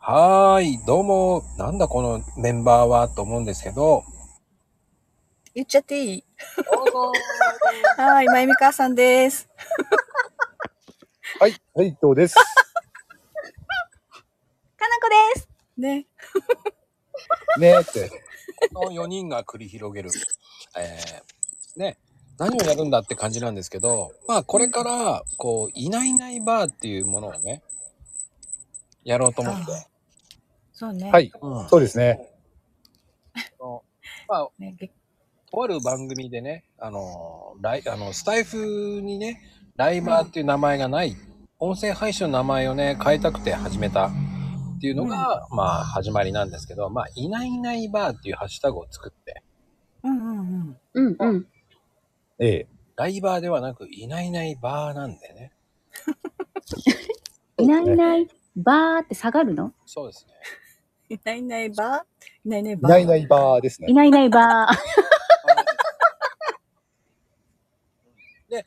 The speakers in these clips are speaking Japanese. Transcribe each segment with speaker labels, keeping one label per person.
Speaker 1: はーい、どうも、なんだこのメンバーはと思うんですけど、
Speaker 2: 言っちゃっていい
Speaker 3: は
Speaker 2: はーい、まゆみかあさんです。
Speaker 1: はい、はい、どう です。
Speaker 2: かなこです。ね。
Speaker 1: ねーって。この4人が繰り広げる、えー、ね、何をやるんだって感じなんですけど、まあ、これから、こう、いないいないバーっていうものをね、やろうと思って。
Speaker 2: そうね。
Speaker 4: はい、
Speaker 1: うん
Speaker 4: そうですね。
Speaker 1: まあ、
Speaker 2: ねげ
Speaker 1: とある番組でね、あの、ライあのスタイフにね、ライバーっていう名前がない、音声配信の名前をね、変えたくて始めたっていうのが、まあ、始まりなんですけど、まあ、いないいないバーっていうハッシュタグを作って、
Speaker 2: うんうんうん。
Speaker 3: うんうん。
Speaker 4: ええ。
Speaker 1: ライバーではなく、いないいないバーなんでね。
Speaker 3: いないいない、バーって下がるの
Speaker 1: そうですね。
Speaker 2: いないいないばいないいない
Speaker 4: い
Speaker 2: ば
Speaker 4: ないいないバーです
Speaker 3: い
Speaker 4: ね。
Speaker 3: ないいないバー。
Speaker 1: で、ね、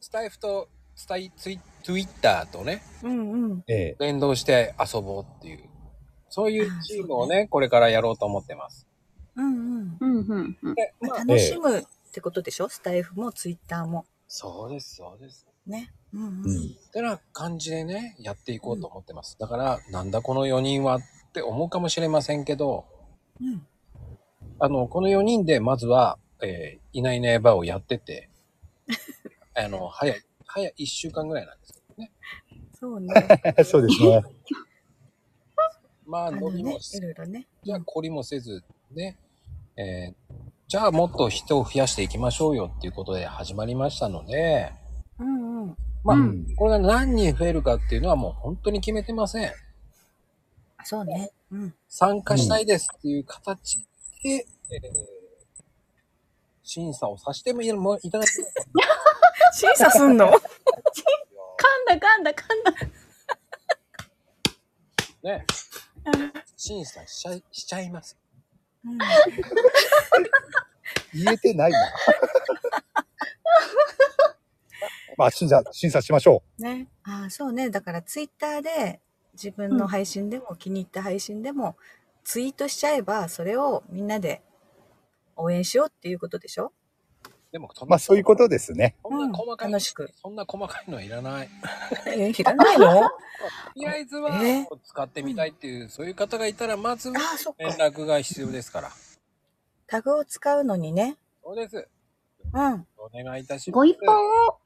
Speaker 1: スタイフと、スタイツイ、ツイッターとね、
Speaker 2: うんうん。
Speaker 4: ええ。
Speaker 1: 連動して遊ぼうっていう、そういうチームをね、これからやろうと思ってます。
Speaker 2: うんうん。
Speaker 3: うんうんうん。
Speaker 1: で、ま
Speaker 2: まあ
Speaker 1: あ、
Speaker 2: 楽しむってことでしょスタイフもツイッターも。
Speaker 1: そうです、そうです。
Speaker 2: ね。うんう。
Speaker 4: うんん。
Speaker 1: てな感じでね、やっていこうと思ってます。だから、なんだこの4人はって思うかもしれませんけど、
Speaker 2: うん。
Speaker 1: あの、この4人でまずは、えーいないいないばーをやって て、あの、早い、早い1週間ぐらいなんですけどね。
Speaker 2: そうね。
Speaker 4: そうですね。
Speaker 1: まあ、
Speaker 2: あ の
Speaker 1: 伸び
Speaker 2: ね
Speaker 1: も、し
Speaker 2: いろいろね。
Speaker 1: じゃあ、懲りもせず、ね、えーじゃあ、もっと人を増やしていきましょうよっていうことで始まりましたので、
Speaker 2: うんうん。
Speaker 1: まあ、
Speaker 4: うん
Speaker 1: これが何人増えるかっていうのはもう本当に決めてません。
Speaker 2: あそうね。うん。
Speaker 1: 参加したいですっていう形で、えー審査をさせてもいただきます
Speaker 2: 審査すんの
Speaker 3: 噛んだ噛んだ噛んだ。
Speaker 1: ね。審査しちゃいしちゃいます。
Speaker 2: うん
Speaker 4: 言えてない な。まあ、審査、審査しましょ
Speaker 2: ね。ああ、そうね。だからツイッターで自分の配信でも、気に入った配信でもツイートしちゃえば、それをみんなで応援しようっていうことでしょ
Speaker 1: でも、そん
Speaker 4: う。
Speaker 1: な
Speaker 4: まあ、そういうことですね。
Speaker 1: そんな細かい、
Speaker 2: うん楽しく
Speaker 1: そんな細かいのはいらない。
Speaker 2: え、いらないの あ
Speaker 1: とりあえずは、
Speaker 2: えー
Speaker 1: 使ってみたいっていう、そういう方がいたら、まずは
Speaker 2: あ、そっ
Speaker 1: 連
Speaker 2: か。
Speaker 1: 絡が必要ですから。
Speaker 2: タグを使うのにね。
Speaker 1: そうです。
Speaker 2: うん。
Speaker 1: お願いいたします。
Speaker 3: ご一本を